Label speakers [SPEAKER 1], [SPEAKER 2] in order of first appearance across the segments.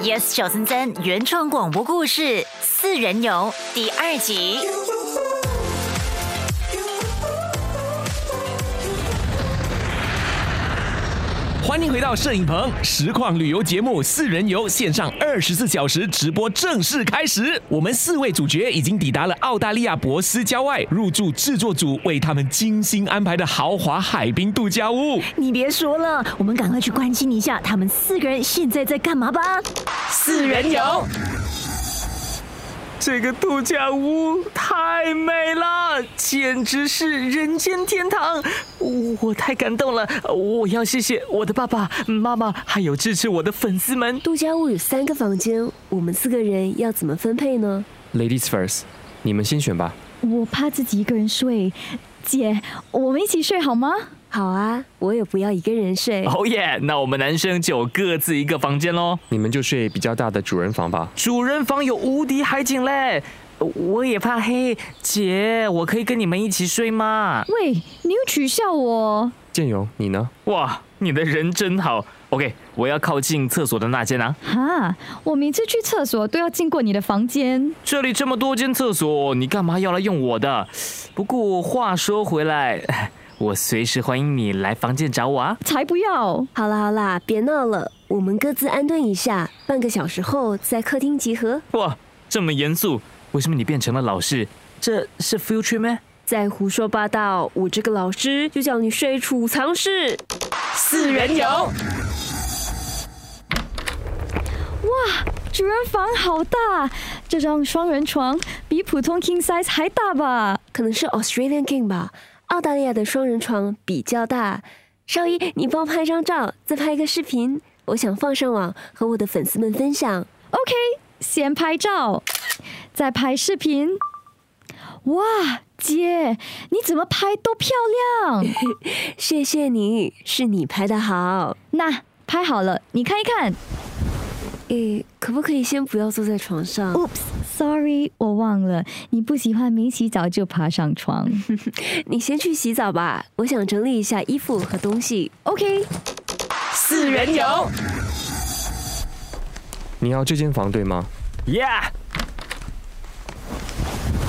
[SPEAKER 1] Yes 小森森原创广播故事《四人游》第二集。
[SPEAKER 2] 欢迎回到摄影棚实况旅游节目《四人游》线上二十四小时直播正式开始。我们四位主角已经抵达了澳大利亚博斯郊外，入住制作组为他们精心安排的豪华海滨度假屋。
[SPEAKER 3] 你别说
[SPEAKER 4] 嗯
[SPEAKER 3] 了，我们赶快去关心一下他们四个人现在在干嘛吧。
[SPEAKER 2] 四人游，
[SPEAKER 5] 这个度假屋太美了，简直是人间天堂！我我太感动了，我要谢谢我的爸爸妈妈，还有支持我的粉丝们。
[SPEAKER 4] 度假屋有三个房间，我们四个人要怎么分配呢？
[SPEAKER 6] Ladies first，你们先选吧。
[SPEAKER 7] 我怕自己一个人睡，姐，我们一起睡好吗？
[SPEAKER 4] 好啊，我也不要一个人睡。
[SPEAKER 5] 哦耶！那我们男生就各自一个房间喽。
[SPEAKER 6] 你们就睡比较大的主人房吧。
[SPEAKER 5] 主人房有无敌海景嘞，我也怕黑。姐，我可以跟你们一起睡吗？
[SPEAKER 7] 喂，你又取笑我，
[SPEAKER 6] 建勇，你呢？
[SPEAKER 5] 哇，你的人真好。OK，我要靠近厕所的那间啊。
[SPEAKER 7] 哈，我每次去厕所都要经过你的房间。
[SPEAKER 5] 这里这么多间厕所，你干嘛要来用我的？不过话说回来， 我随时欢迎你来房间找我啊。
[SPEAKER 7] 才不要！
[SPEAKER 4] 好啦好啦，别闹了，我们各自安顿一下，半个小时后在客厅集合。
[SPEAKER 5] 哇，这么严肃，为什么你变成了老师？这是 future 吗？
[SPEAKER 4] 再胡说八道，我这个老师就叫你睡储藏室。
[SPEAKER 5] 四人游，
[SPEAKER 7] 哇，主人房好大，这张双人床比普通 king size 还大吧？
[SPEAKER 4] 可能是 Australian King 吧，澳大利亚的双人床比较大。少一，你帮我拍张照，再拍个视频，我想放上网和我的粉丝们分享。
[SPEAKER 7] OK，先拍照，再拍视频。哇，姐，你怎么拍都漂 亮。
[SPEAKER 4] 谢谢你，是你拍的好。
[SPEAKER 7] 那拍好了，你看一看。
[SPEAKER 4] 诶，可不可以先不要坐在床上？
[SPEAKER 7] Oops，sorry，我忘了，你不喜欢没洗澡就爬上 床。
[SPEAKER 4] 你先去洗澡吧，我想整理一下衣服和东西。
[SPEAKER 7] OK，
[SPEAKER 5] 四人游
[SPEAKER 6] 你要这间房对吗？
[SPEAKER 5] ，Yeah。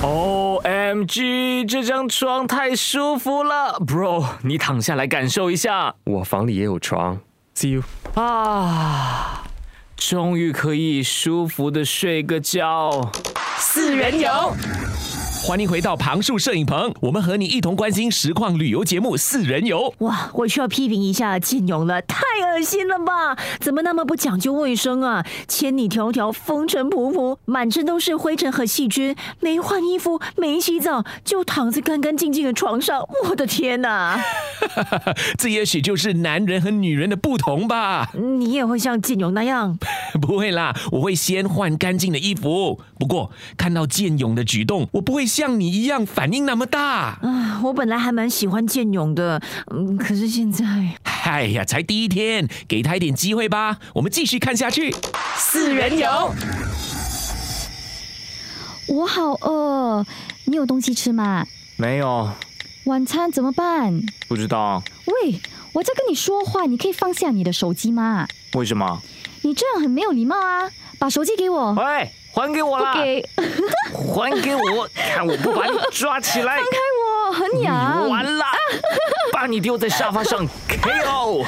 [SPEAKER 5] O M G，这张床太舒服了，Bro，你躺下来感受一下
[SPEAKER 6] 我房里也有床。See you。
[SPEAKER 5] 啊，终于可以舒服的睡个觉。四人游。
[SPEAKER 2] 欢迎回到旁树摄影棚，我们和你一同关心实况旅游节目《四人游》。
[SPEAKER 3] 哇，我需要批评一下建勇了，太恶心了吧？怎么那么不讲究卫生啊？千里迢迢，风尘仆仆，满身都是灰尘和细菌，没换衣服，没洗澡，就躺在干干净净的床上，我的天哪！
[SPEAKER 2] 这也许就是男人和女人的不同吧。
[SPEAKER 3] 你也会像建勇那样？
[SPEAKER 2] 不会啦，我会先换干净的衣服。不过看到建勇的举动，我不会像你一样反应那么大。
[SPEAKER 3] 啊，我本来还蛮喜欢建勇的，嗯，可是现在
[SPEAKER 2] 哎呀，才第一天，给他一点机会吧。我们继续看下去。
[SPEAKER 5] 四人游，
[SPEAKER 7] 我好饿，你有东西吃吗？
[SPEAKER 5] 没有，
[SPEAKER 7] 晚餐怎么办？
[SPEAKER 5] 不知道
[SPEAKER 7] 喂，我在跟你说话，你可以放下你的手机吗？
[SPEAKER 5] 为什么。
[SPEAKER 7] 你这样很没有礼貌啊！把手机给我，
[SPEAKER 5] 喂，还给我
[SPEAKER 7] 不
[SPEAKER 5] 啦！
[SPEAKER 7] 给，
[SPEAKER 5] 还给我，看我不把你抓起 来！
[SPEAKER 7] 开我，很
[SPEAKER 5] 你
[SPEAKER 7] 痒。
[SPEAKER 5] 完 了，把你丢在沙发 上 KO。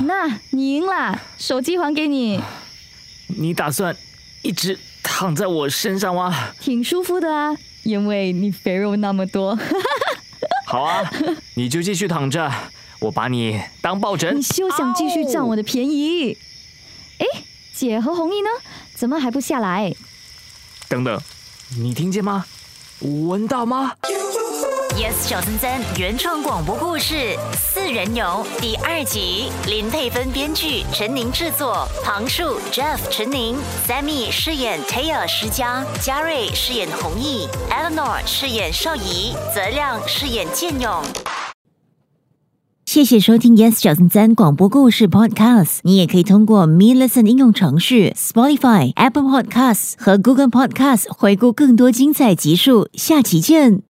[SPEAKER 7] 那你赢了，手机还给你，
[SPEAKER 5] 你打算一直躺在我身上 吗？
[SPEAKER 7] 挺舒服的啊，因为你肥肉那么 多。
[SPEAKER 5] 好啊，你就继续躺着，我把你当抱枕
[SPEAKER 7] 你。休想继续占我的便宜！哎，姐和红衣呢？怎么还不下来？
[SPEAKER 5] 等等，你听见吗？闻到吗？
[SPEAKER 1] Yes 小森森原创广播故事《四人游》第二集，林佩芬编剧，陈宁制作，旁树 Jeff 陈宁，Sammy 饰演 Taya 施佳，嘉瑞饰演弘毅，Eleanor 饰演邵怡，泽亮饰演建勇。谢谢收听 Yes 小森森广播故事 Podcast。你也可以通过 Me Listen 应用程序、Spotify、Apple Podcasts 和 Google Podcasts 回顾更多精彩集数。下期见。